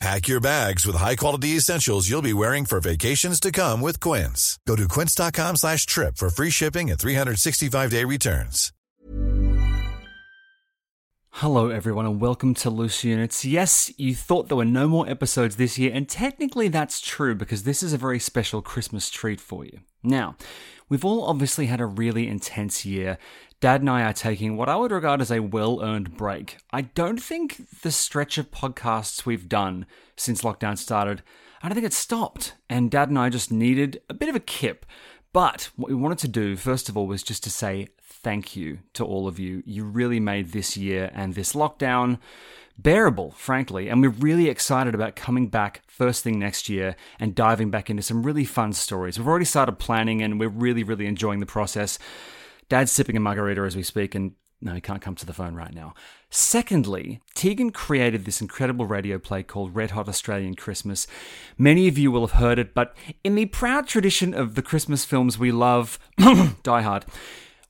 Pack your bags with high-quality essentials you'll be wearing for vacations to come with Quince. Go to quince.com slash trip for free shipping and 365-day returns. Hello, everyone, and welcome to Loose Units. Yes, you thought there were no more episodes this year, and technically that's true because this is a very special Christmas treat for you. Now, we've all obviously had a really intense year. Dad and I are taking what I would regard as a well earned break. I don't think the stretch of podcasts we've done since lockdown started, I don't think it stopped, and Dad and I just needed a bit of a kip. But what we wanted to do, first of all, was just to say thank you to all of you. You really made this year and this lockdown bearable, frankly. And we're really excited about coming back first thing next year and diving back into some really fun stories. We've already started planning and we're really, really enjoying the process. Dad's sipping a margarita as we speak, and no, he can't come to the phone right now. Secondly, Tegan created this incredible radio play called Red Hot Australian Christmas. Many of you will have heard it, but in the proud tradition of the Christmas films we love, Die Hard,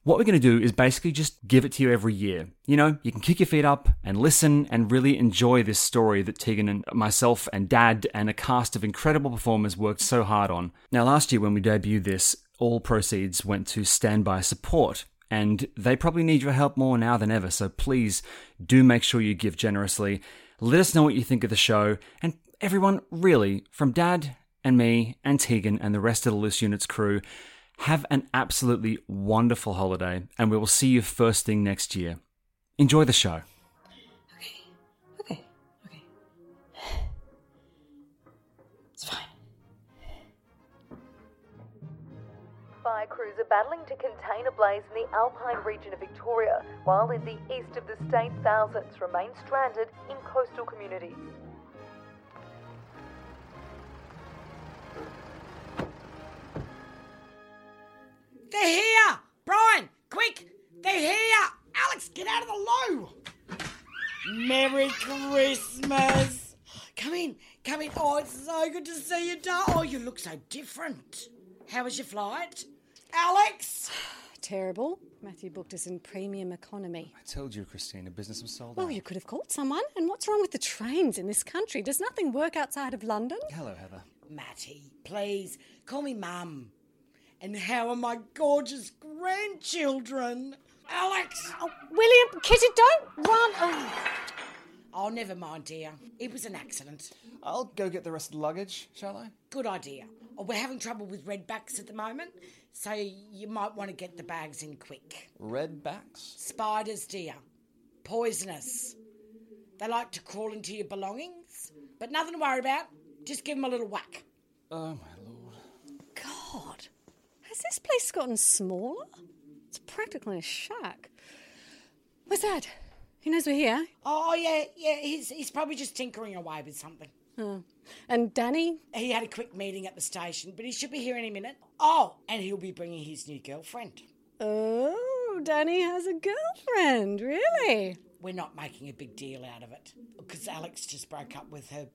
what we're going to do is basically just give it to you every year. You know, you can kick your feet up and listen and really enjoy this story that Tegan and myself and Dad and a cast of incredible performers worked so hard on. Now, last year when we debuted this, all proceeds went to standby support. And they probably need your help more now than ever, so please do make sure you give generously. Let us know what you think of the show. And everyone, really, from Dad and me and Tegan and the rest of the Loose Units crew, have an absolutely wonderful holiday, and we will see you first thing next year. Enjoy the show. Okay, okay, okay. It's fine. Fire crews are battling to contain a blaze in the Alpine region of Victoria, while in the east of the state, thousands remain stranded in coastal communities. They're here! Brian, quick! They're here! Alex, get out of the loo! Merry Christmas! Come in, come in. Oh, it's so good to see you, darling. Oh, you look so different. How was your flight? Alex! Terrible. Matthew booked us in premium Oh, economy. I told you, Christina, business was sold Well, you could have called someone. And what's wrong with the trains in this country? Does nothing work outside of London? Hello, Heather. Matty, please, call me Mum. And how are my gorgeous grandchildren? Alex! Oh, William, Kitty, don't run. Oh, oh, never mind, dear. It was an accident. I'll go get the rest of the luggage, shall I? Good idea. Oh, we're having trouble with redbacks at the moment, so you might want to get the bags in quick. Red backs? Spiders, dear. Poisonous. They like to crawl into your belongings, but nothing to worry about. Just give them a little whack. Oh, my lord. God. Has this place gotten smaller? It's practically a shack. Where's Dad? He knows we're here. Oh, yeah, yeah, he's, he's probably just tinkering away with something. Oh. And Danny? He had a quick meeting at the station, but he should be here any minute. Oh, and he'll be bringing his new girlfriend. Oh, Danny has a girlfriend, really? We're not making a big deal out of it because Alex just broke up with her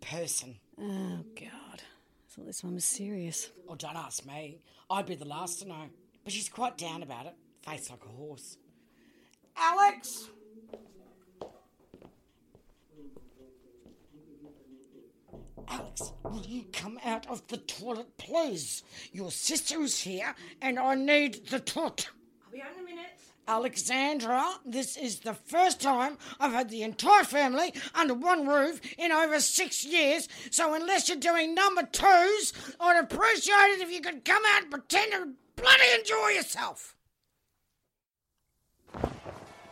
person. Oh, God. I thought this one was serious. Oh, don't ask me. I'd be the last to know. But she's quite down about it, face like a horse. Alex! Alex, will you come out of the toilet, please? Your sister is here, and I need the toilet. I'll be on in a minute. Alexandra, this is the first time I've had the entire family under one roof in over six years, so unless you're doing number twos, I'd appreciate it if you could come out and pretend to bloody enjoy yourself.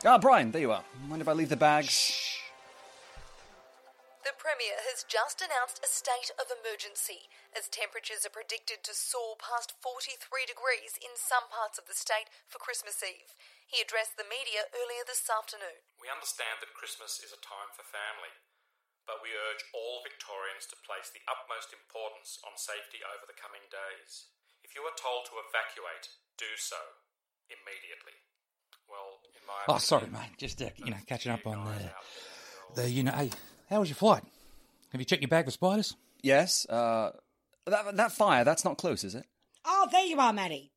Ah, Brian, there you are. Mind if I leave the bags? The Premier has just announced a state of emergency as temperatures are predicted to soar past 43 degrees in some parts of the state for Christmas Eve. He addressed the media earlier this afternoon. We understand that Christmas is a time for family, but we urge all Victorians to place the utmost importance on safety over the coming days. If you are told to evacuate, do so immediately. Well, in my Oh, sorry, opinion, mate. Just uh, you know, catching up on the, the you know. Hey, how was your flight? Have you checked your bag for spiders? Yes. Uh, that that fire. That's not close, is it? Oh, there you are, Maddie.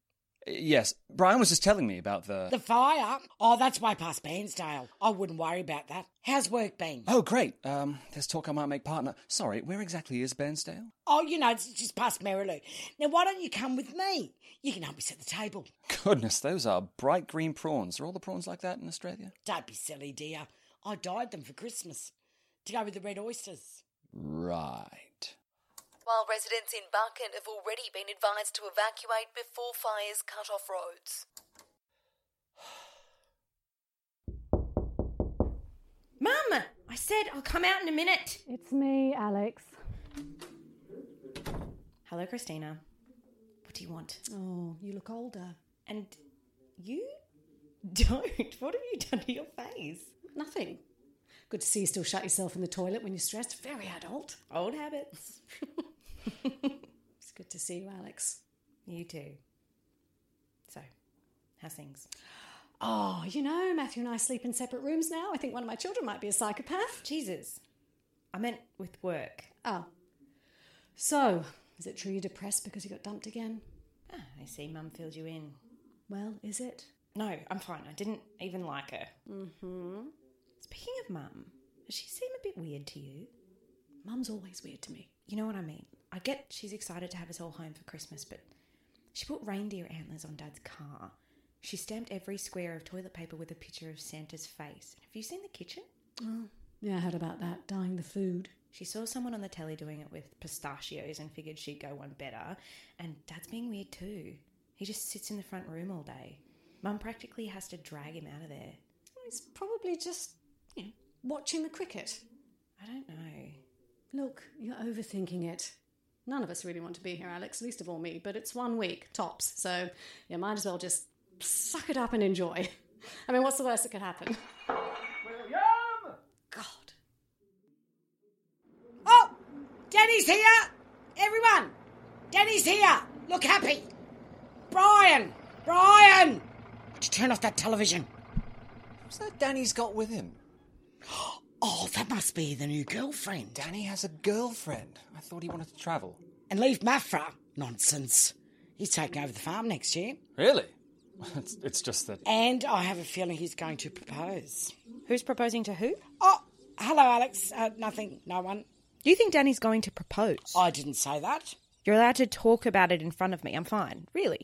Yes. Brian was just telling me about the. The fire. Oh, that's way past Bansdale. I wouldn't worry about that. How's work been? Oh, great. Um, there's talk I might make partner. Sorry, where exactly is Bairnsdale? Oh, you know, it's just past Merriloo. Now, why don't you come with me? You can help me set the table. Goodness, those are bright green prawns. Are all the prawns like that in Australia? Don't be silly, dear. I dyed them for Christmas to go with the red oysters. Right. While residents in Barkent have already been advised to evacuate before fires cut off roads. Mum! I said I'll come out in a minute. It's me, Alex. Hello, Christina. What do you want? Oh, you look older. And you don't. What have you done to your face? Nothing. Good to see you still shut yourself in the toilet when you're stressed. Very adult. Old habits. It's good to see you, Alex. you too. So, how's things? Oh, you know, Matthew and I sleep in separate rooms now. I think one of my children might be a psychopath. Jesus. I meant with work. Oh. So, is it true you're depressed because you got dumped again? Ah, I see Mum filled you in. Well, is it? No, I'm fine. I didn't even like her. Mm-hmm. Speaking of Mum, does she seem a bit weird to you? Mum's always weird to me. You know what I mean? I get she's excited to have us all home for Christmas, but she put reindeer antlers on Dad's car. She stamped every square of toilet paper with a picture of Santa's face. Have you seen the kitchen? Yeah, I heard about that. Dyeing the food. She saw someone on the telly doing it with pistachios and figured she'd go one better. And Dad's being weird too. He just sits in the front room all day. Mum practically has to drag him out of there. He's probably just, you know, watching the cricket. I don't know. Look, you're overthinking it. None of us really want to be here, Alex, least of all me, but it's one week, tops, so you might as well just suck it up and enjoy. I mean, what's the worst that could happen? God. Oh, Danny's here. Everyone, Danny's here. Look happy. Brian, Brian. Would you turn off that television? What's that Danny's got with him? Oh, that must be the new girlfriend. Danny has a girlfriend. I thought he wanted to travel. And leave Mafra. Nonsense. He's taking over the farm next year. Really? It's, it's just that. And I have a feeling he's going to propose. Who's proposing to who? Oh, hello, Alex. Uh, nothing, no one. Do you think Danny's going to propose? I didn't say that. You're allowed to talk about it in front of me. I'm fine. Really?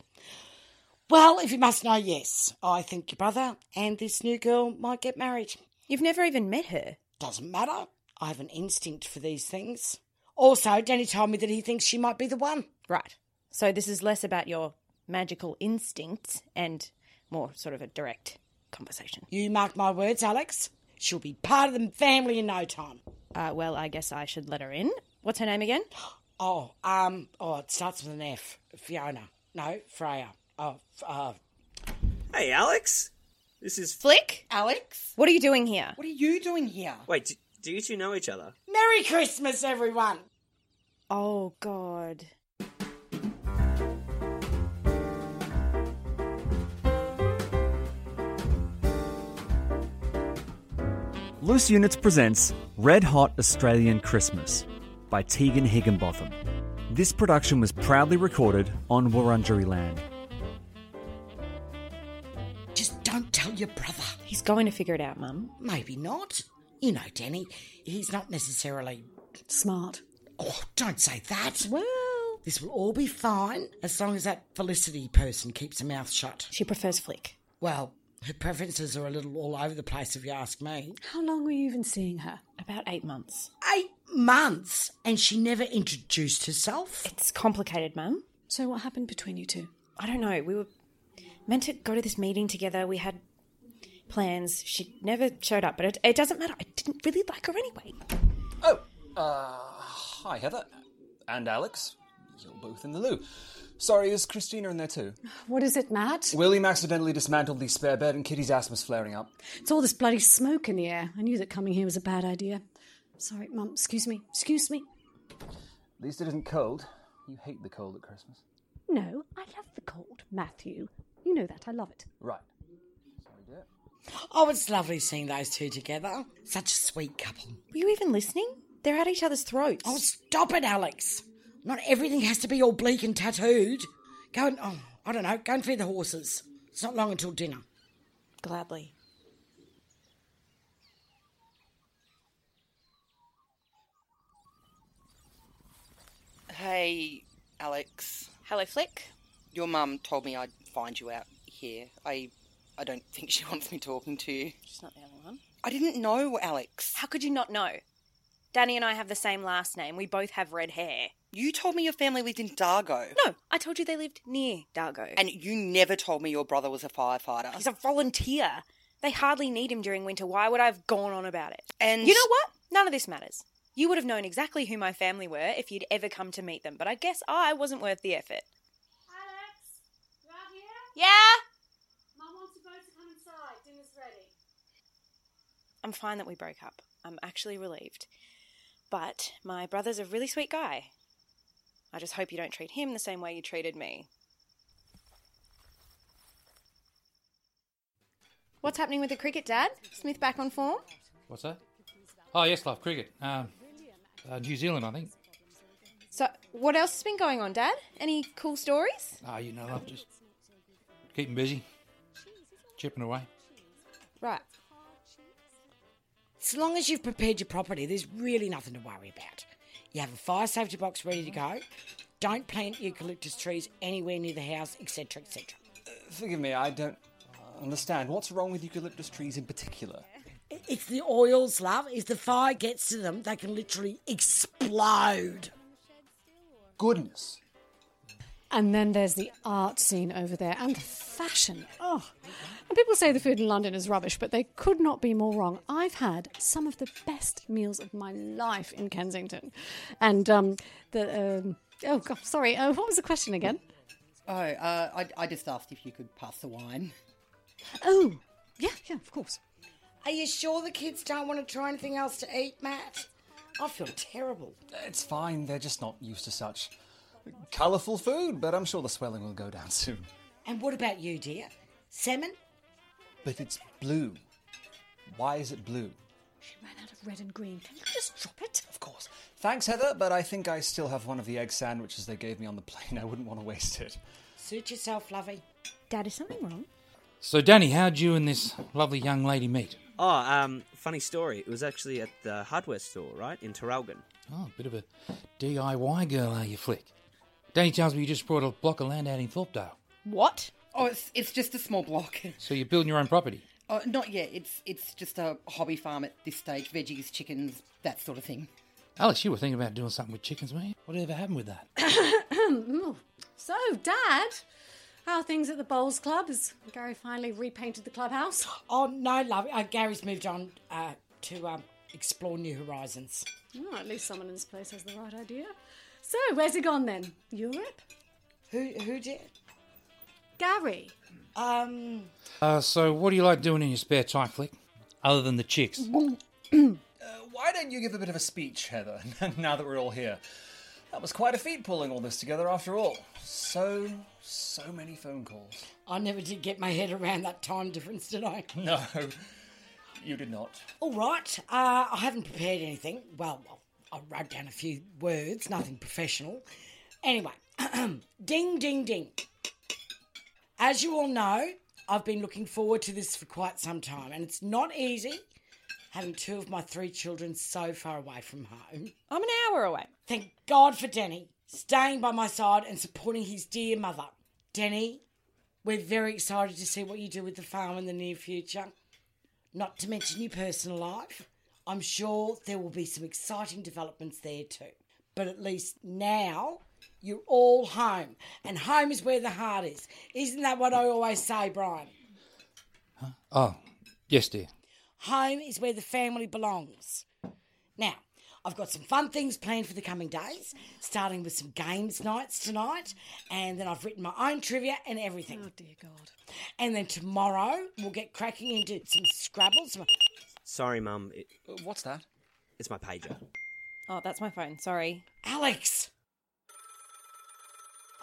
Well, if you must know, yes. I think your brother and this new girl might get married. You've never even met her. Doesn't matter. I have an instinct for these things. Also, Danny told me that he thinks she might be the one. Right. So this is less about your magical instincts and more sort of a direct conversation. You mark my words, Alex. She'll be part of the family in no time. Uh, well, I guess I should let her in. What's her name again? Oh, um, oh, it starts with an F. Fiona. No, Freya. Oh, f- uh, Hey, Alex. This is. Flick? Alex? What are you doing here? What are you doing here? Wait, do, do you two know each other? Merry Christmas, everyone. Oh, God. Loose Units presents Red Hot Australian Christmas by Tegan Higginbotham. This production was proudly recorded on Wurundjeri land. Just don't tell your brother. He's going to figure it out, Mum. Maybe not. You know, Danny, he's not necessarily. Smart. Oh, don't say that. Well, This will all be fine as long as that Felicity person keeps her mouth shut. she prefers Flick. Well, her preferences are a little all over the place, if you ask me. How long were you even seeing her? About eight months. Eight months, and she never introduced herself. It's complicated, Mum. So, what happened between you two? I don't know. We were meant to go to this meeting together. We had plans. She never showed up, but it, it doesn't matter. I didn't really like her anyway. Uh, hi, Heather. And Alex. You're both in the loo. Sorry, is Christina in there too? What is it, Matt? William accidentally dismantled the spare bed and Kitty's asthma's flaring up. It's all this bloody smoke in the air. I knew that coming here was a bad idea. Sorry, Mum. Excuse me. Excuse me. At least it isn't cold. You hate the cold at Christmas. No, I love the cold, Matthew. You know that. I love it. Right. Oh, it's lovely seeing those two together. Such a sweet couple. Were you even listening? They're at each other's throats. Oh, stop it, Alex. Not everything has to be all bleak and tattooed. Go and, oh, I don't know, go and feed the horses. It's not long until dinner. Gladly. Hey, Alex. Hello, Flick. Your mum told me I'd find you out here. I, I don't think she wants me talking to you. She's not the only one. I didn't know, Alex. How could you not know? Danny and I have the same last name. We both have red hair. You told me your family lived in Dargo. No, I told you they lived near Dargo. And you never told me your brother was a firefighter. He's a volunteer. They hardly need him during winter. Why would I have gone on about it? And- you know what? None of this matters. You would have known exactly who my family were if you'd ever come to meet them, but I guess I wasn't worth the effort. Yeah? Mum wants you both to come inside. Dinner's ready. I'm fine that we broke up. I'm actually relieved. But my brother's a really sweet guy. I just hope you don't treat him the same way you treated me. What's happening with the cricket, Dad? Smith back on form? What's that? Oh, yes, love, cricket. Um, uh, New Zealand, I think. So, what else has been going on, Dad? Any cool stories? Ah, you know, love, just keep 'em busy, chipping away. Right. So long as you've prepared your property, there's really nothing to worry about. You have a fire safety box ready to go. Don't plant eucalyptus trees anywhere near the house, etc., etc. Forgive me, I don't uh, understand. What's wrong with eucalyptus trees in particular? It's the oils, love. If the fire gets to them, they can literally explode. Goodness. And then there's the art scene over there and the fashion. Oh. And people say the food in London is rubbish, but they could not be more wrong. I've had some of the best meals of my life in Kensington. And um, the. Um, oh, God, sorry. Uh, what was the question again? Oh, uh, I, I just asked if you could pass the wine. Oh, yeah, yeah, of course. Are you sure the kids don't want to try anything else to eat, Matt? I feel terrible. It's fine, they're just not used to such colourful food, but I'm sure the swelling will go down soon. And what about you, dear? Salmon? But it's blue. Why is it blue? She ran out of red and green. Can you just drop it? Of course. Thanks, Heather, but I think I still have one of the egg sandwiches they gave me on the plane. I wouldn't want to waste it. Suit yourself, lovey. Dad, is something wrong? So, Danny, how'd you and this lovely young lady meet? Oh, um, funny story. It was actually at the hardware store, right, in Terralgan. Oh, a bit of a DIY girl, are you, Flick? Danny tells me you just bought a block of land out in Thorpedale. What? Oh, it's it's just a small block. So you're building your own property. Oh, not yet. It's it's just a hobby farm at this stage. Veggies, chickens, that sort of thing. Alex, you were thinking about doing something with chickens, weren't you? Whatever happened with that? Ooh. so, Dad, how are things at the Bowls Club? Has Gary finally repainted the clubhouse? Oh, no, lovey. Uh, Gary's moved on uh, to um, explore new horizons. Oh, at least someone in this place has the right idea. So, where's he gone then? Europe? Who who did? Gary. Um. Uh, so, what do you like doing in your spare time, Flick? Other than the chicks? Uh, Why don't you give a bit of a speech, Heather, now that we're all here? That was quite a feat pulling all this together after all. So, so many phone calls. I never did get my head around that time difference, did I? No, you did not. All right. Uh, I haven't prepared anything. Well, I wrote down a few words, nothing professional. Anyway, ding, ding, ding. As you all know, I've been looking forward to this for quite some time, and it's not easy having two of my three children so far away from home. I'm an hour away. Thank God for Denny staying by my side and supporting his dear mother. Denny, we're very excited to see what you do with the farm in the near future. Not to mention your personal life. I'm sure there will be some exciting developments there too. But at least now you're all home, and home is where the heart is. Isn't that what I always say, Brian? Oh, Yes, dear. Home is where the family belongs. Now, I've got some fun things planned for the coming days, starting with some games nights tonight, and then I've written my own trivia and everything. Oh, dear God. And then tomorrow, we'll get cracking into some Scrabble, some Sorry, Mum. It, What's that? it's my pager. Oh, that's my phone. Sorry. Alex!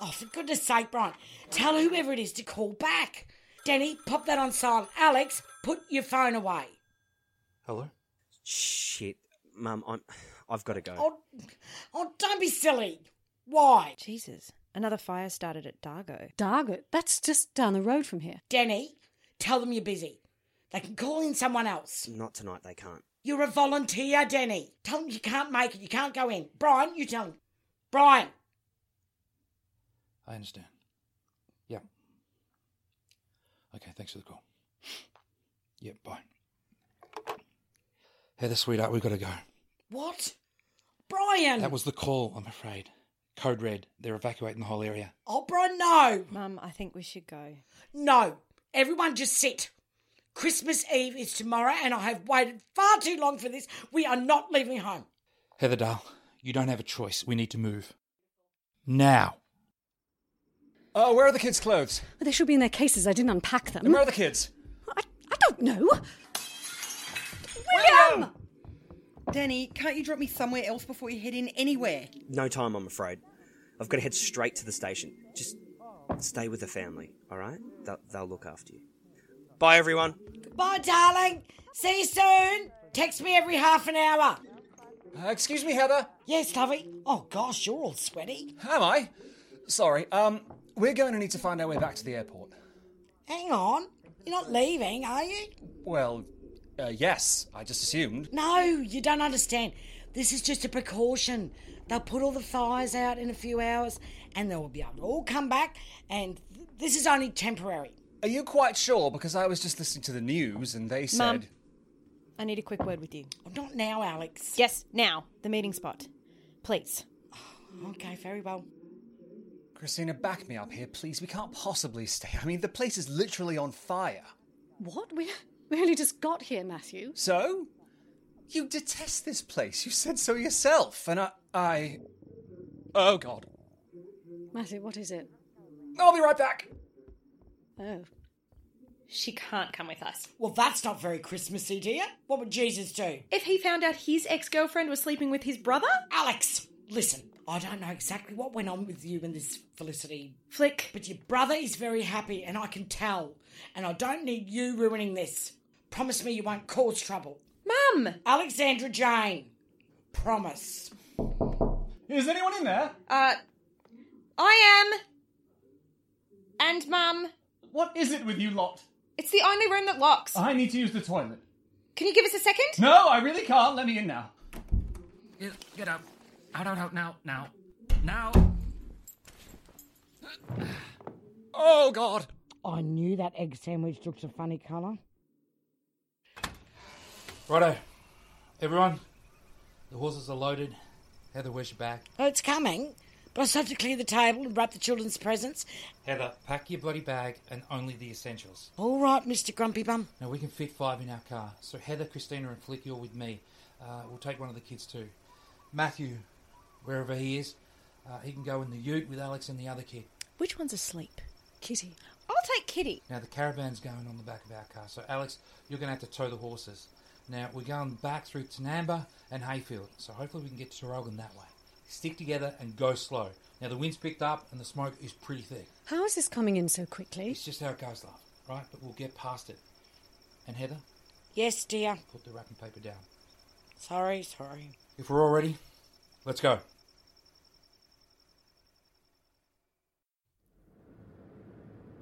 Oh, for goodness sake, Brian, tell whoever it is to call back. Danny, pop that on silent. Alex, put your phone away. Hello? Shit. Mum, I'm, I've got to go. Oh, oh, don't be silly. Why? Jesus. Another fire started at Dargo. Dargo, that's just down the road from here. Danny, tell them you're busy. They can call in someone else. Not tonight, they can't. You're a volunteer, Danny. Tell them you can't make it. You can't go in. Brian, you tell them. Brian, I understand. Yeah. Okay, thanks for the call. Yep, bye. Heather, sweetheart, we've got to go. what? Brian! That was the call, I'm afraid. Code red. They're evacuating the whole area. Oh, Brian, no! Mum, I think we should go. No. Everyone just sit. Christmas Eve is tomorrow, and I have waited far too long for this. We are not leaving home. Heather Dahl, you don't have a choice. We need to move. Now. Oh, where are the kids' clothes? They should be in their cases. I didn't unpack them. And where are the kids? I don't know. William! Danny, can't you drop me somewhere else before you head in anywhere? No time, I'm afraid. I've got to head straight to the station. Just stay with the family, all right? They'll, they'll look after you. Bye, everyone. Goodbye, darling. See you soon. Text me every half an hour. uh, excuse me, Heather. Yes, lovey. Oh gosh, you're all sweaty. Am I? Sorry. Um, we're going to need to find our way back to the airport. Hang on. You're not leaving, are you? Well, uh, yes. I just assumed. No, you don't understand. This is just a precaution. They'll put all the fires out in a few hours, and they will be able to all come back. And th- this is only temporary. Are you quite sure? Because I was just listening to the news and they said. Mum. I need a quick word with you. Oh, Not now, Alex. Yes, now. The meeting spot. Please. Okay, very well. Christina, back me up here, please. We can't possibly stay. I mean, the place is literally on fire. What? We, we only just got here, Matthew. So? You detest this place. You said so yourself. And I. I... Oh, God. Matthew, what is it? I'll be right back. Oh. She can't come with us. Well, that's not very Christmassy, dear. What would Jesus do? If he found out his ex girlfriend was sleeping with his brother? Alex, listen. I don't know exactly what went on with you and this Felicity Flick. But your brother is very happy, and I can tell. And I don't need you ruining this. Promise me you won't cause trouble. Mum! Alexandra Jane. Promise. Is anyone in there? Uh, I am. And Mum. What is it with you lot? It's the only room that locks. I need to use the toilet. Can you give us a second? No, I really can't. Let me in now. Get, get out. Out, out, out, now, now. Now. Oh, God. I knew that egg sandwich looked a funny colour. Righto. Everyone, the horses are loaded. Heather, where's your bag? Oh, it's coming. But I still have to clear the table and wrap the children's presents. Heather, pack your bloody bag and only the essentials. All right, Mr. Grumpy Bum. Now, we can fit five in our car. So, Heather, Christina, and Flick, you're with me. Uh, we'll take one of the kids too. Matthew, wherever he is, uh, he can go in the ute with Alex and the other kid. Which one's asleep? Kitty. I'll take Kitty. Now, the caravan's going on the back of our car. So, Alex, you're going to have to tow the horses. Now, we're going back through Tanamba and Hayfield. So, hopefully, we can get to Tarogan that way. Stick together and go slow. Now, the wind's picked up and the smoke is pretty thick. How is this coming in so quickly? It's just how it goes, love, right? But we'll get past it. And Heather, Yes, dear. put the wrapping paper down. Sorry, sorry. If we're all ready, let's go.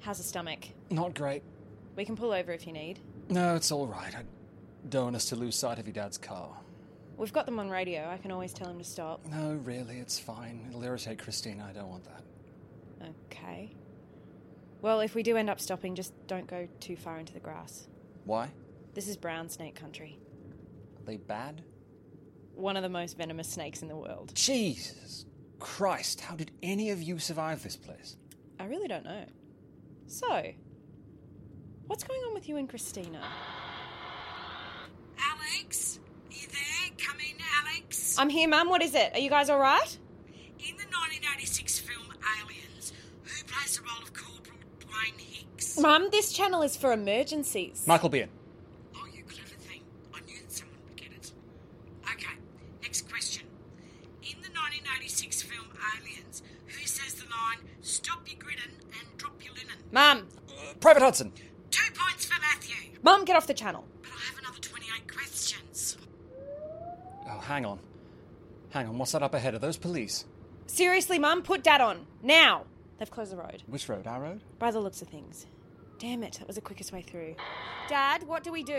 How's the stomach? Not great. We can pull over if you need. No, it's all right. I don't want us to lose sight of your dad's car. We've got them on radio. I can always tell him to stop. No, really, it's fine. It'll irritate Christina. I don't want that. Okay. Well, if we do end up stopping, just don't go too far into the grass. Why? This is brown snake country. Are they bad? One of the most venomous snakes in the world. Jesus Christ, how did any of you survive this place? I really don't know. So, what's going on with you and Christina? Alex? Are you there? Come in, Alex. I'm here, Mum. What is it? Are you guys all right? In the 1986 film Aliens, who plays the role of Corporal Dwayne Hicks? Mum, this channel is for emergencies. Michael Bean. Oh, you clever thing. I knew that someone would get it. Okay, next question. In the 1986 film Aliens, who says the line, stop your grinning and drop your linen? Mum. Private Hudson. Two points for Matthew. Mum, get off the channel. But I have another 28 questions. Oh, hang on. Hang on, what's that up ahead? Are those police? Seriously, Mum, put Dad on. Now! They've closed the road. Which road? Our road? By the looks of things. Damn it, that was the quickest way through. Dad, what do we do?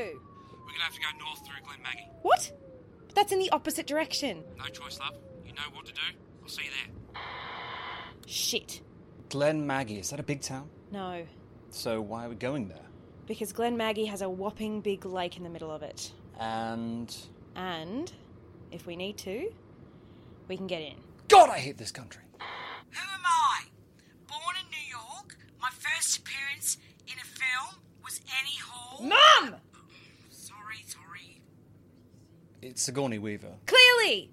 We're gonna have to go north through Glen Maggie. What? But that's in the opposite direction. No choice, love. You know what to do. I'll see you there. Shit. Glen Maggie, is that a big town? No, So why are we going there? because Glen Maggie has a whopping big lake in the middle of it. And. And, if we need to, we can get in. God, I hate this country. Who am I? Born in New York, my first appearance in a film was Annie Hall. Mum! Sorry, sorry. It's Sigourney Weaver. Clearly!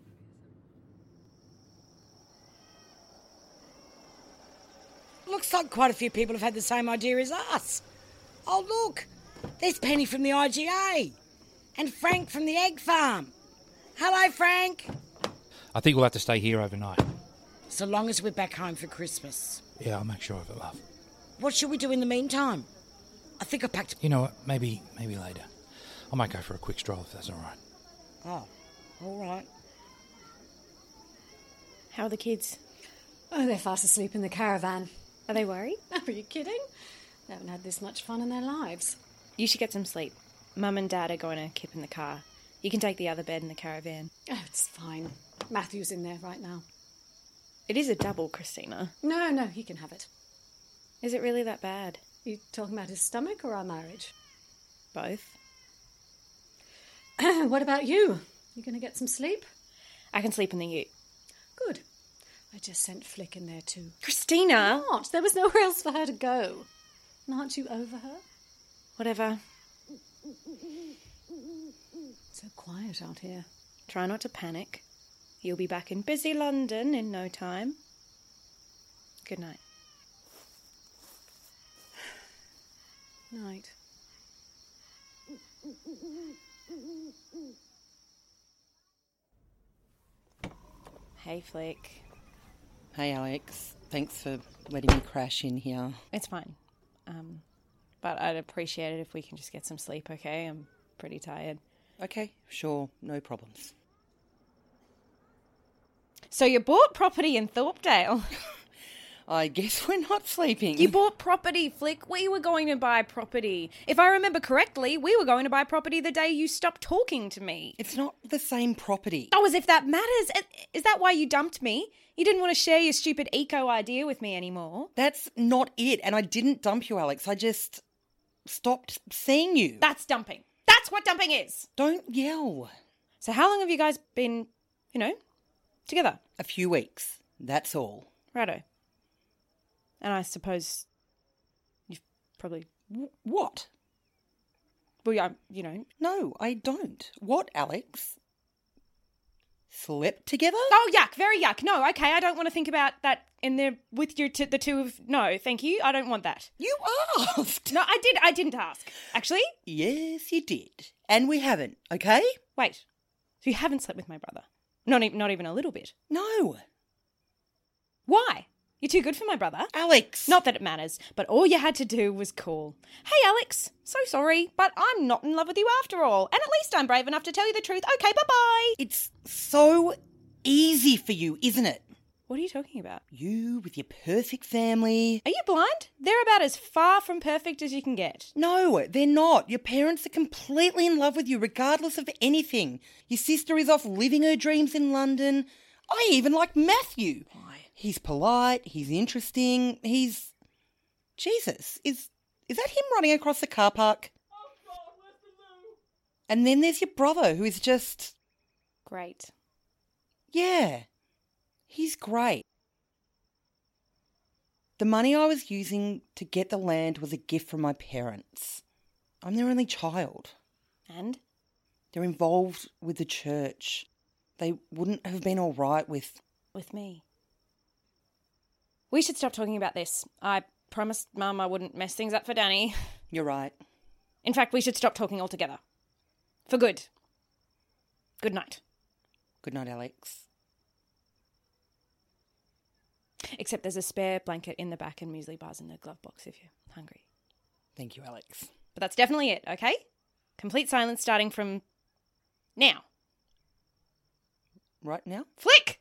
Looks like quite a few people have had the same idea as us. Oh, look, there's Penny from the IGA and Frank from the egg farm. Hello, Frank. I think we'll have to stay here overnight. So long as we're back home for Christmas. Yeah, I'll make sure of it, love. What should we do in the meantime? I think I packed. You know what? Maybe, maybe later. I might go for a quick stroll if that's all right. Oh, all right. How are the kids? Oh, they're fast asleep in the caravan. Are they worried? Are you kidding? They haven't had this much fun in their lives. You should get some sleep. Mum and Dad are going to kip in the car. You can take the other bed in the caravan. Oh, it's fine. Matthew's in there right now. It is a double, Christina. No, no, he can have it. Is it really that bad? You talking about his stomach or our marriage? Both. what about you? You going to get some sleep? I can sleep in the ute. Good. I just sent Flick in there too. Christina! Not. There was nowhere else for her to go. And aren't you over her? Whatever. So quiet out here. Try not to panic. You'll be back in busy London in no time. Good night. Night. Hey, Flick. Hey, Alex. Thanks for letting me crash in here. It's fine. Um, but I'd appreciate it if we can just get some sleep, okay? I'm pretty tired. Okay, sure, no problems. So you bought property in Thorpedale. I guess we're not sleeping. You bought property, Flick. We were going to buy property. If I remember correctly, we were going to buy property the day you stopped talking to me. It's not the same property. Oh, as if that matters. I- Is that why you dumped me? You didn't want to share your stupid eco idea with me anymore. That's not it. And I didn't dump you, Alex. I just stopped seeing you. That's dumping. That's what dumping is. Don't yell. So, how long have you guys been, you know, together? A few weeks. That's all. Righto. And I suppose you've probably. What? Well, yeah, you know. No, I don't. What, Alex? Slept together? Oh, yuck. Very yuck. No, okay. I don't want to think about that in the with you, t- the two of. No, thank you. I don't want that. You asked. No, I did. I didn't ask. Actually, Yes, you did. And we haven't, okay? wait. So you haven't slept with my brother? Not even, not even a little bit. No. Why? You're too good for my brother. Alex. Not that it matters, but all you had to do was call. Hey, Alex. So sorry, but I'm not in love with you after all. And at least I'm brave enough to tell you the truth. Okay, bye bye. It's so easy for you, isn't it? What are you talking about? You with your perfect family. Are you blind? They're about as far from perfect as you can get. No, they're not. Your parents are completely in love with you, regardless of anything. Your sister is off living her dreams in London. I even like Matthew. He's polite, he's interesting, he's. Jesus, is, is that him running across the car park? And then there's your brother, who is just. Great. Yeah, he's great. The money I was using to get the land was a gift from my parents. I'm their only child. And? They're involved with the church. They wouldn't have been all right with. With me. We should stop talking about this. I promised Mum I wouldn't mess things up for Danny. You're right. In fact, we should stop talking altogether. For good. Good night. Good night, Alex. Except there's a spare blanket in the back and muesli bars in the glove box if you're hungry. Thank you, Alex. But that's definitely it, okay? Complete silence starting from now. Right now? Flick!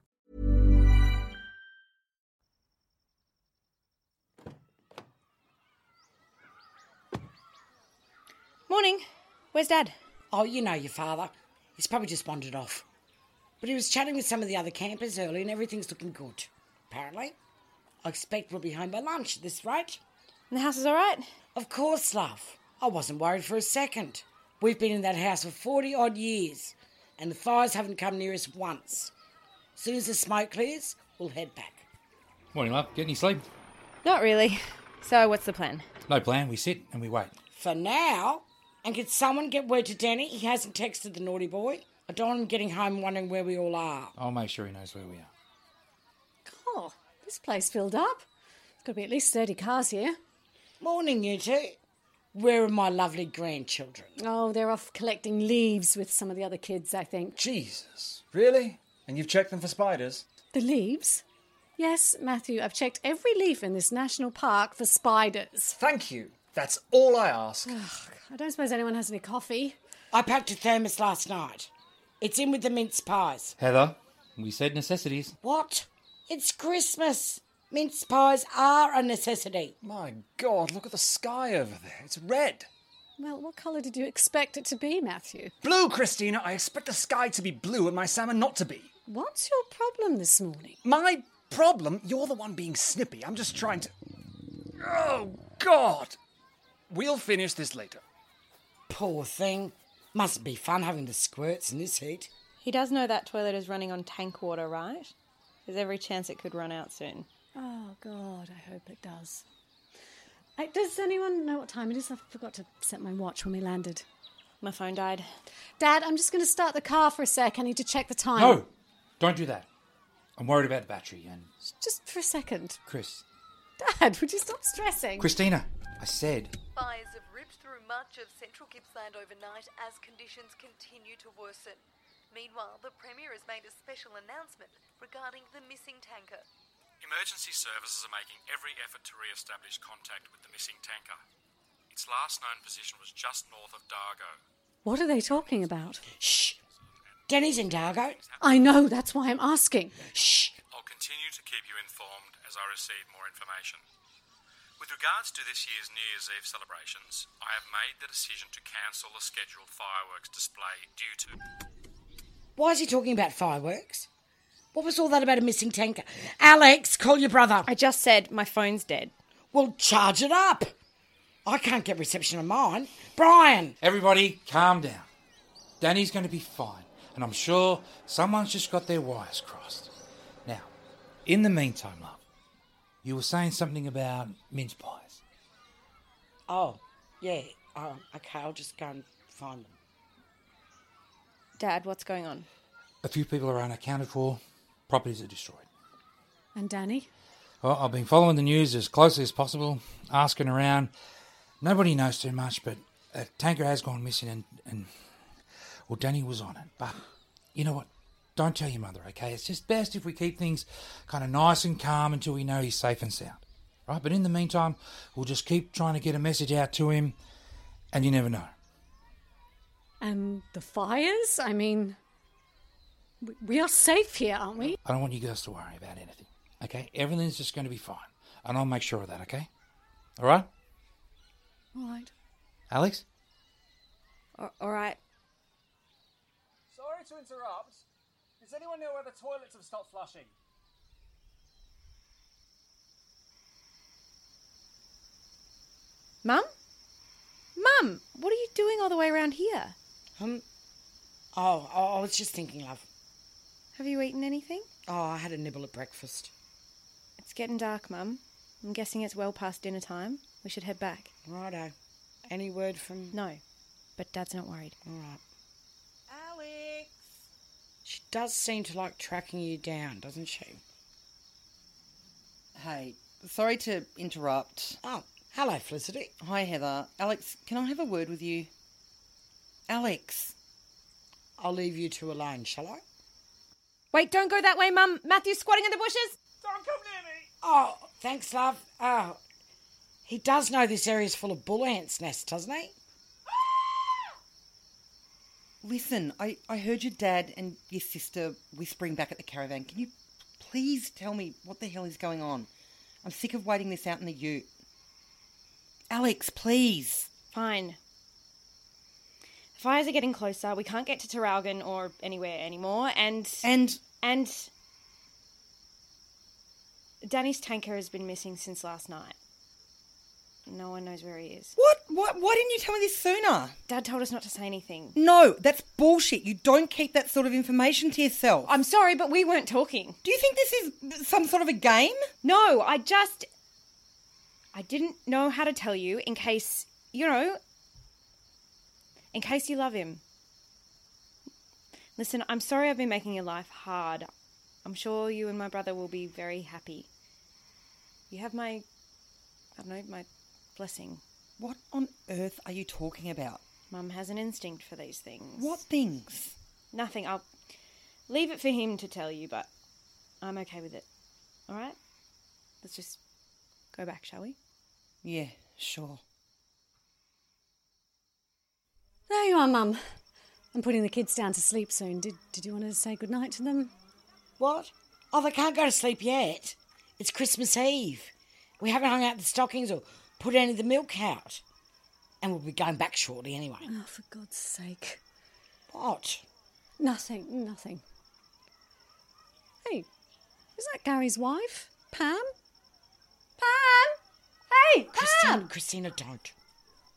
Morning. Where's Dad? Oh, you know your father. He's probably just wandered off. But he was chatting with some of the other campers early and everything's looking good. Apparently. I expect we'll be home by lunch at this rate. And the house is all right? Of course, love. I wasn't worried for a second. We've been in that house for 40 odd years and the fires haven't come near us once. Soon as the smoke clears, we'll head back. Morning, love. Get any sleep? Not really. So, what's the plan? No plan. We sit and we wait. For now. And could someone get word to Danny? He hasn't texted the naughty boy. I don't want him getting home wondering where we all are. I'll make sure he knows where we are. Oh, this place filled up. There's got to be at least 30 cars here. Morning, you two. Where are my lovely grandchildren? Oh, they're off collecting leaves with some of the other kids, I think. Jesus. Really? And you've checked them for spiders? The leaves? Yes, Matthew, I've checked every leaf in this national park for spiders. Thank you. That's all I ask. I don't suppose anyone has any coffee. I packed a thermos last night. It's in with the mince pies. Heather, we said necessities. What? It's Christmas. Mince pies are a necessity. My God, look at the sky over there. It's red. Well, what colour did you expect it to be, Matthew? Blue, Christina. I expect the sky to be blue and my salmon not to be. What's your problem this morning? My problem? You're the one being snippy. I'm just trying to. Oh, God. We'll finish this later. Poor thing. Must be fun having the squirts in this heat. He does know that toilet is running on tank water, right? There's every chance it could run out soon. Oh, God, I hope it does. Uh, does anyone know what time it is? I forgot to set my watch when we landed. My phone died. Dad, I'm just going to start the car for a sec. I need to check the time. No, don't do that. I'm worried about the battery and Just for a second. Chris. Dad, would you stop stressing? Christina, I said. Fires have ripped through much of central Gippsland overnight as conditions continue to worsen. Meanwhile, the Premier has made a special announcement regarding the missing tanker. Emergency services are making every effort to re establish contact with the missing tanker. Its last known position was just north of Dargo. What are they talking about? Shh. Danny's in Dargo. I know, that's why I'm asking. Shh. I'll continue to keep you informed as I receive more information. With regards to this year's New Year's Eve celebrations, I have made the decision to cancel the scheduled fireworks display due to. Why is he talking about fireworks? What was all that about a missing tanker? Alex, call your brother. I just said my phone's dead. Well, charge it up. I can't get reception on mine. Brian! Everybody, calm down. Danny's going to be fine, and I'm sure someone's just got their wires crossed. Now, in the meantime, love, you were saying something about mince pies. Oh, yeah. Um, okay, I'll just go and find them. Dad, what's going on? A few people are unaccounted for, properties are destroyed. And Danny? Well, I've been following the news as closely as possible, asking around. Nobody knows too much, but a tanker has gone missing, and, and well, Danny was on it. But you know what? Don't tell your mother, okay? It's just best if we keep things kind of nice and calm until we know he's safe and sound, right? But in the meantime, we'll just keep trying to get a message out to him, and you never know. And the fires? I mean, we- we are safe here, aren't we? I don't want you girls to worry about anything, okay? Everything's just going to be fine, and I'll make sure of that, okay? All right, All right. Alex? all right. Sorry to interrupt. Does anyone know where the toilets have stopped flushing? Mum? Mum, what are you doing all the way around here? Um, oh, I I was just thinking, love. Have you eaten anything? Oh, I had a nibble at breakfast. It's getting dark, Mum. I'm guessing it's well past dinner time. We should head back. Righto. Any word from. No, but Dad's not worried. All right. She does seem to like tracking you down, doesn't she? Hey, sorry to interrupt. Oh, hello, Felicity. Hi, Heather. Alex, can I have a word with you? Alex. I'll leave you two alone, shall I? Wait, don't go that way, Mum. Matthew's squatting in the bushes. Don't come near me. Oh, thanks, love. Oh, he does know this area's full of bull ants' nests, doesn't he? Listen, I, I heard your dad and your sister whispering back at the caravan. Can you please tell me what the hell is going on? I'm sick of waiting this out in the ute. Alex, please. Fine. The fires are getting closer. We can't get to Taralgan or anywhere anymore. And. And. And. Danny's tanker has been missing since last night. No one knows where he is. What? What? Why didn't you tell me this sooner? Dad told us not to say anything. No, that's bullshit. You don't keep that sort of information to yourself. I'm sorry, but we weren't talking. Do you think this is some sort of a game? No, I just. I didn't know how to tell you in case, you know. In case you love him. Listen, I'm sorry I've been making your life hard. I'm sure you and my brother will be very happy. You have my. I don't know, my blessing. What on earth are you talking about? Mum has an instinct for these things. What things? Nothing. I'll leave it for him to tell you, but I'm okay with it. All right? Let's just go back, shall we? Yeah, sure. There you are, Mum. I'm putting the kids down to sleep soon. Did, did you want to say goodnight to them? What? Oh, they can't go to sleep yet. It's Christmas Eve. We haven't hung out the stockings or put any of the milk out. And we'll be going back shortly anyway. Oh, for God's sake. What? Nothing, nothing. Hey, is that Gary's wife? Pam? Pam? Hey, Christina, Christina, don't.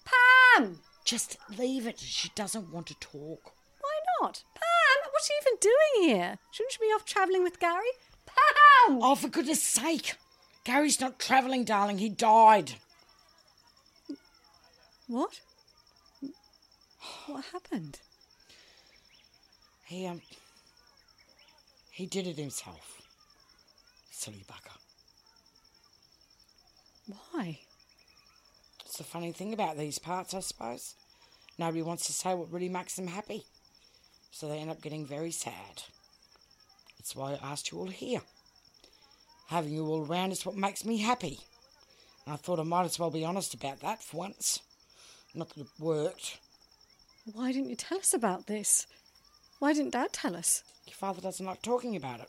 Pam! Pam! Just leave it. She doesn't want to talk. Why not? Pam, what's she even doing here? Shouldn't she be off travelling with Gary? Pam! Oh, for goodness sake. Gary's not travelling, darling. He died. What? What happened? He, um, he did it himself. Silly bugger. Why? It's the funny thing about these parts, I suppose. Nobody wants to say what really makes them happy. So they end up getting very sad. It's why I asked you all here. Having you all around is what makes me happy. And I thought I might as well be honest about that for once. Not that it worked. Why didn't you tell us about this? Why didn't Dad tell us? Your father doesn't like talking about it.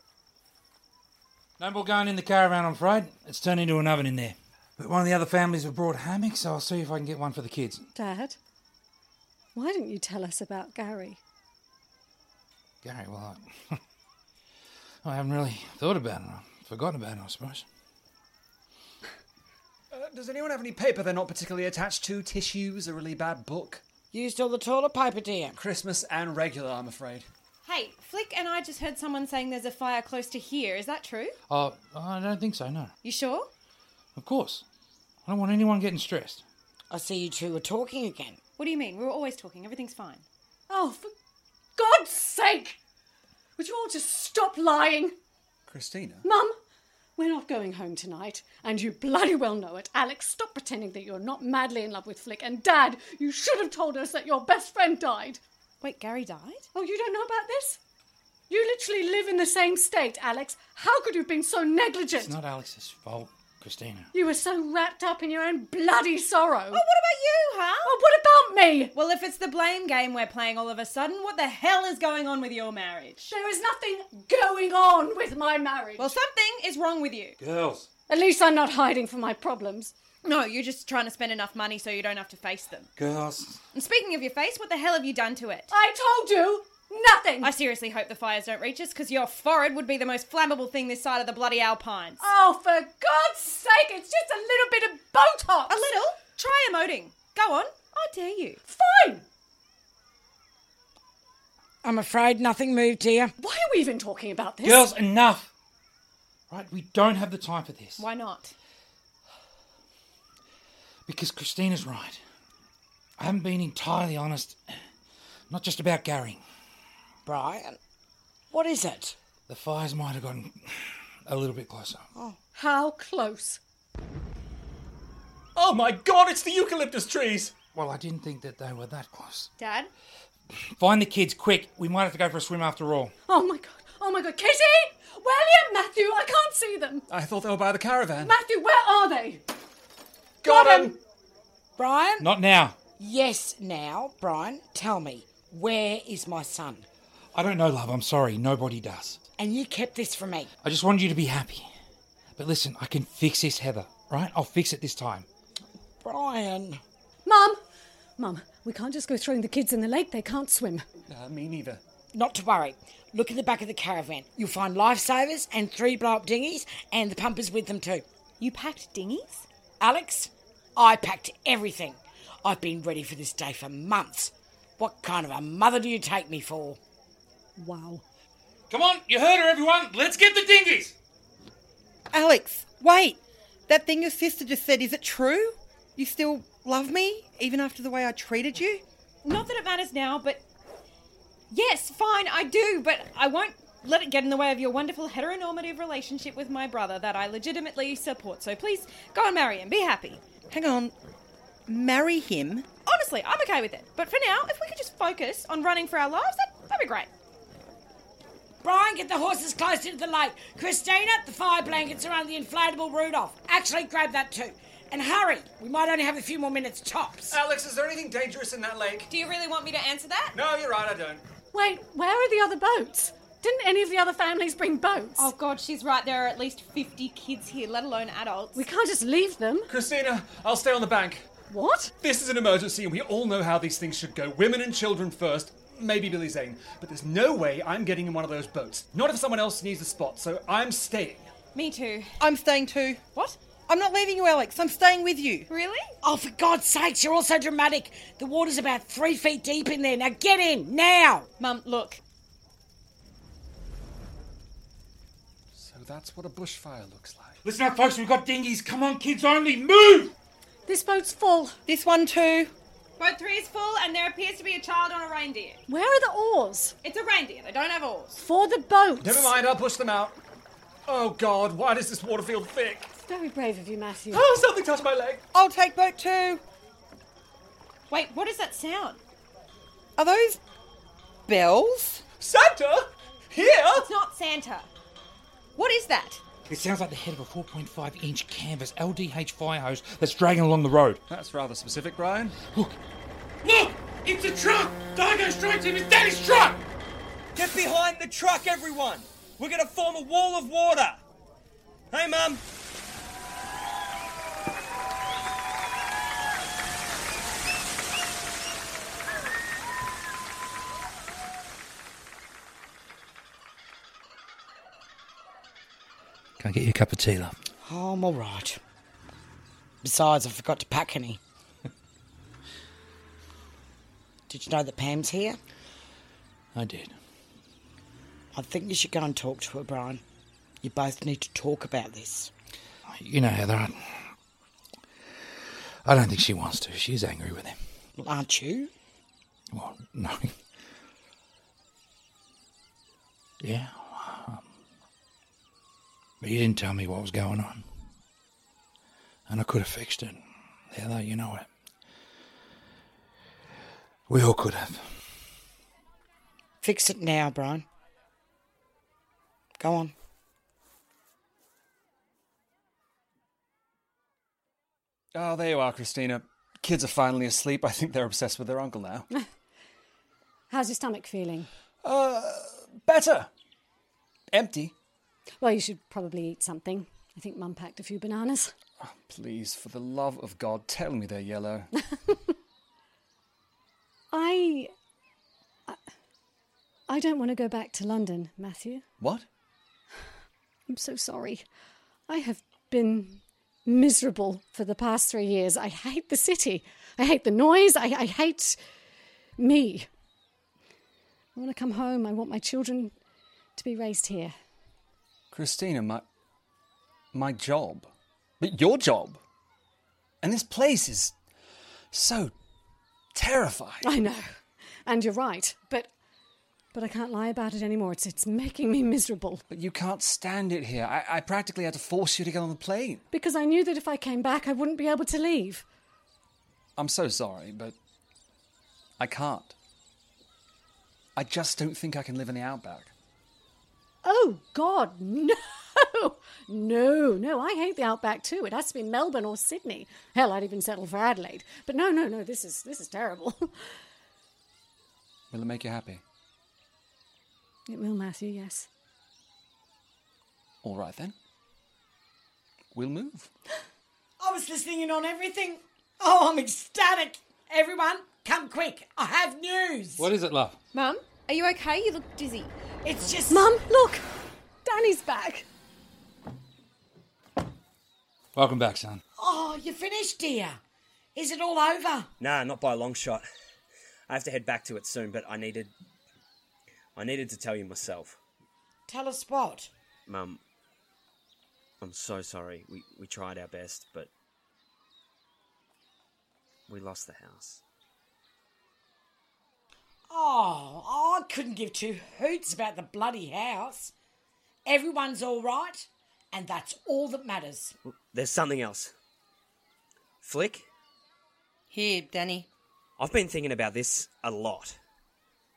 No more going in the caravan, I'm afraid. It's turned into an oven in there. But one of the other families have brought hammocks, so I'll see if I can get one for the kids. Dad, why didn't you tell us about Gary? Gary, well, I, I haven't really thought about it. I've forgotten about it, I suppose. Uh, does anyone have any paper they're not particularly attached to? Tissues, a really bad book? Used all the toilet paper, dear. Christmas and regular, I'm afraid. Hey, Flick and I just heard someone saying there's a fire close to here. Is that true? Uh, I don't think so, no. You sure? Of course. I don't want anyone getting stressed. I see you two are talking again. What do you mean? We were always talking. Everything's fine. Oh, for God's sake! Would you all just stop lying? Christina? Mum, we're not going home tonight, and you bloody well know it. Alex, stop pretending that you're not madly in love with Flick, and Dad, you should have told us that your best friend died. Wait, Gary died? Oh, you don't know about this? You literally live in the same state, Alex. How could you have been so negligent? It's not Alex's fault, Christina. You were so wrapped up in your own bloody sorrow. Oh, what about you, huh? Oh, what about me? Well, if it's the blame game we're playing all of a sudden, what the hell is going on with your marriage? There is nothing going on with my marriage. Well, something is wrong with you. Girls. At least I'm not hiding from my problems. No, you're just trying to spend enough money so you don't have to face them. Girls. And speaking of your face, what the hell have you done to it? I told you nothing. I seriously hope the fires don't reach us because your forehead would be the most flammable thing this side of the bloody Alpines. Oh, for God's sake, it's just a little bit of Botox. A little? Try emoting. Go on. I dare you. Fine. I'm afraid nothing moved, dear. Why are we even talking about this? Girls, enough! Right, we don't have the time for this. Why not? Because Christina's right. I haven't been entirely honest, not just about Gary. Brian, what is it? The fires might have gotten a little bit closer. Oh. How close? Oh my god, it's the eucalyptus trees! Well, I didn't think that they were that close. Dad? Find the kids, quick! We might have to go for a swim after all. Oh my god. Oh my god. Kitty! William, Matthew, I can't see them. I thought they were by the caravan. Matthew, where are they? Got, him! Brian? Not now. Yes, now, Brian, tell me, where is my son? I don't know, love. I'm sorry. Nobody does. And you kept this from me. I just wanted you to be happy. But listen, I can fix this, Heather, right? I'll fix it this time. Brian. Mum! Mum, we can't just go throwing the kids in the lake. They can't swim. Uh, me neither. Not to worry. Look in the back of the caravan. You'll find lifesavers and three blow up dinghies, and the pumpers with them too. You packed dinghies? Alex, I packed everything. I've been ready for this day for months. What kind of a mother do you take me for? Wow. Come on, you heard her, everyone. Let's get the dinghies. Alex, wait. That thing your sister just said, is it true? You still love me, even after the way I treated you? Not that it matters now, but. Yes, fine, I do, but I won't let it get in the way of your wonderful heteronormative relationship with my brother that I legitimately support. So please go and marry him. Be happy. Hang on. Marry him? Honestly, I'm okay with it. But for now, if we could just focus on running for our lives, that, that'd be great. Brian, get the horses closer to the lake. Christina, the fire blankets around the inflatable Rudolph. Actually, grab that too. And hurry, we might only have a few more minutes tops. Alex, is there anything dangerous in that lake? Do you really want me to answer that? No, you're right, I don't. Wait, where are the other boats? Didn't any of the other families bring boats? Oh, God, she's right. There are at least 50 kids here, let alone adults. We can't just leave them. Christina, I'll stay on the bank. What? This is an emergency, and we all know how these things should go. Women and children first, maybe Billy Zane, but there's no way I'm getting in one of those boats. Not if someone else needs a spot, so I'm staying. Me too. I'm staying too. What? I'm not leaving you, Alex. I'm staying with you. Really? Oh, for God's sakes, you're all so dramatic. The water's about three feet deep in there. Now get in, now! Mum, look. So that's what a bushfire looks like. Listen up, folks, we've got dinghies. Come on, kids only, move! This boat's full. This one too. Boat three is full, and there appears to be a child on a reindeer. Where are the oars? It's a reindeer. They don't have oars. For the boat. Never mind, I'll push them out. Oh God, why does this water feel thick? It's very brave of you, Matthew. Oh, something touched my leg. I'll take boat two. Wait, what is that sound? Are those bells? Santa? Here? It's not Santa. What is that? It sounds like the head of a 4.5 inch canvas LDH fire hose that's dragging along the road. That's rather specific, Brian. Look! Look! It's a truck! Dargo's straight to his daddy's truck! Get behind the truck, everyone! We're gonna form a wall of water! Hey, Mum! Can I get you a cup of tea, love? Oh, I'm all right. Besides, I forgot to pack any. Did you know that Pam's here? I did. I think you should go and talk to her, Brian. You both need to talk about this. You know, Heather, I, I don't think she wants to. She's angry with him. Well, aren't you? Well, no. yeah. Um, but you didn't tell me what was going on. And I could have fixed it. Heather, you know it. We all could have. Fix it now, Brian. Go on. Oh, there you are, Christina. Kids are finally asleep. I think they're obsessed with their uncle now. How's your stomach feeling? Uh, better. Empty. Well, you should probably eat something. I think Mum packed a few bananas. Please, for the love of God, tell me they're yellow. I. I- I don't want to go back to London, Matthew. what? I'm so sorry. I have been miserable for the past three years. I hate the city. I hate the noise. I, I hate me. I want to come home. I want my children to be raised here. Christina, my my job, but your job, and this place is so terrifying. I know. And you're right, but but I can't lie about it anymore. It's it's making me miserable. But you can't stand it here. I, I practically had to force you to get on the plane. Because I knew that if I came back I wouldn't be able to leave. I'm so sorry, but I can't. I just don't think I can live in the outback. Oh god, no. No, no, I hate the outback too. It has to be Melbourne or Sydney. Hell, I'd even settle for Adelaide. But no, no, no, this is this is terrible. Will it make you happy? It will, Matthew, yes. All right then. We'll move. I was listening in on everything. Oh, I'm ecstatic. Everyone, come quick. I have news. What is it, love? Mum, are you okay? You look dizzy. It's just. Mum, look! Danny's back. Welcome back, son. Oh, you finished, dear. Is it all over? Nah, not by a long shot. I have to head back to it soon, but I needed. I needed to tell you myself. Tell us what. Mum, I'm so sorry. We, we tried our best, but. We lost the house. Oh, I couldn't give two hoots about the bloody house. Everyone's all right, and that's all that matters. There's something else. Flick, Here, Danny. I've been thinking about this a lot.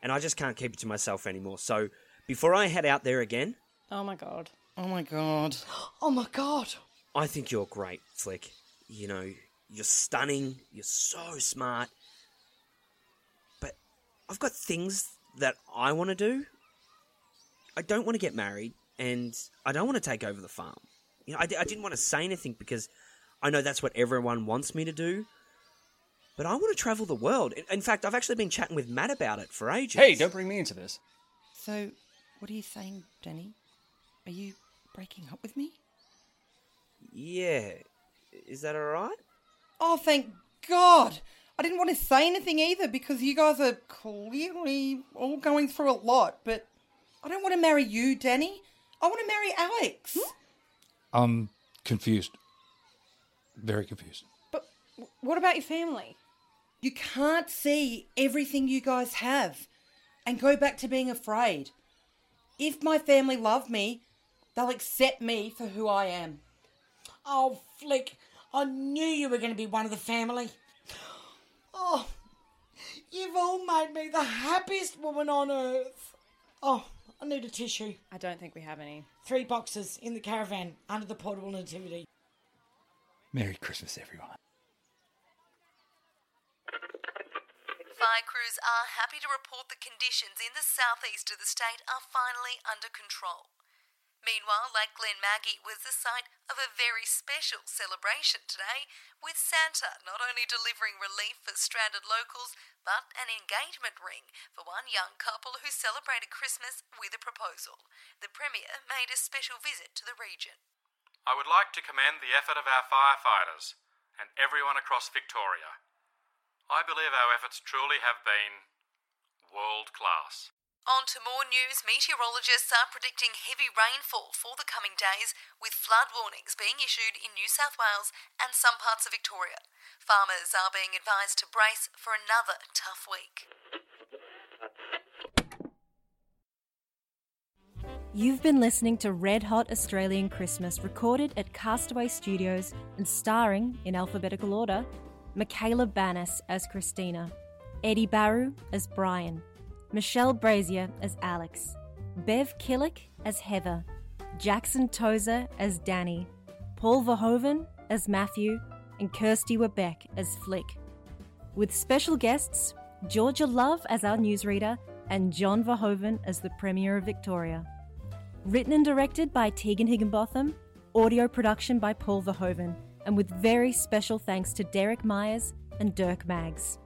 And I just can't keep it to myself anymore. So before I head out there again, Oh my god. Oh my god. Oh my god. I think you're great, Flick. You know, you're stunning, you're so smart. But I've got things that I want to do. I don't want to get married, and I don't want to take over the farm. You know, I, di- I didn't want to say anything because I know that's what everyone wants me to do. But I want to travel the world. In, in fact, I've actually been chatting with Matt about it for ages. Hey, don't bring me into this. So, what are you saying, Danny? Are you breaking up with me? Yeah. Is that alright? Oh, thank God! I didn't want to say anything either because you guys are clearly all going through a lot, but I don't want to marry you, Danny. I want to marry Alex. I'm confused. Very confused. What about your family? You can't see everything you guys have and go back to being afraid. If my family love me, they'll accept me for who I am. Oh, Flick, I knew you were going to be one of the family. Oh, you've all made me the happiest woman on earth. Oh, I need a tissue. I don't think we have any. Three boxes in the caravan under the portable nativity. Merry Christmas, everyone. Fire crews are happy to report the conditions in the southeast of the state are finally under control. Meanwhile, Lake Glenmaggie was the site of a very special celebration today, with Santa not only delivering relief for stranded locals, but an engagement ring for one young couple who celebrated Christmas with a proposal. The Premier made a special visit to the region. I would like to commend the effort of our firefighters and everyone across Victoria. I believe our efforts truly have been world class. On to more news. Meteorologists are predicting heavy rainfall for the coming days, with flood warnings being issued in New South Wales and some parts of Victoria. Farmers are being advised to brace for another tough week. You've been listening to Red Hot Australian Christmas, recorded at Castaway Studios and starring, in alphabetical order, Michaela Banas as Christina, Eddie Barru as Brian, Michelle Brazier as Alex, Bev Killick as Heather, Jackson Tozer as Danny, Paul Verhoeven as Matthew, and Kirsty Webeck as Flick. With special guests, Georgia Love as our newsreader, and John Verhoeven as the Premier of Victoria. Written and directed by Tegan Higginbotham, audio production by Paul Verhoeven, and with very special thanks to Derek Myers and Dirk Maggs.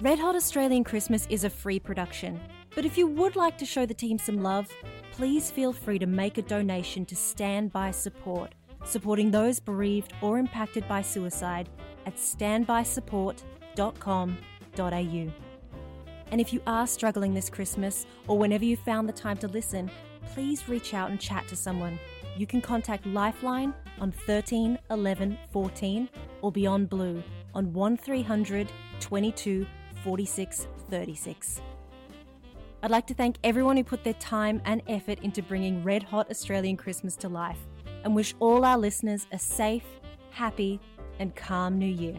Red Hot Australian Christmas is a free production, but if you would like to show the team some love, please feel free to make a donation to Stand By Support, supporting those bereaved or impacted by suicide at standbysupport.com.au. And if you are struggling this Christmas or whenever you found the time to listen, please reach out and chat to someone. You can contact Lifeline on 13 11 14 or Beyond Blue on 1300 22 46 36. I'd like to thank everyone who put their time and effort into bringing Red Hot Australian Christmas to life and wish all our listeners a safe, happy, and calm new year.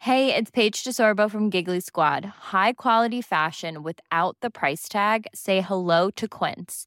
Hey, it's Paige DeSorbo from Giggly Squad. High quality fashion without the price tag. Say hello to Quince.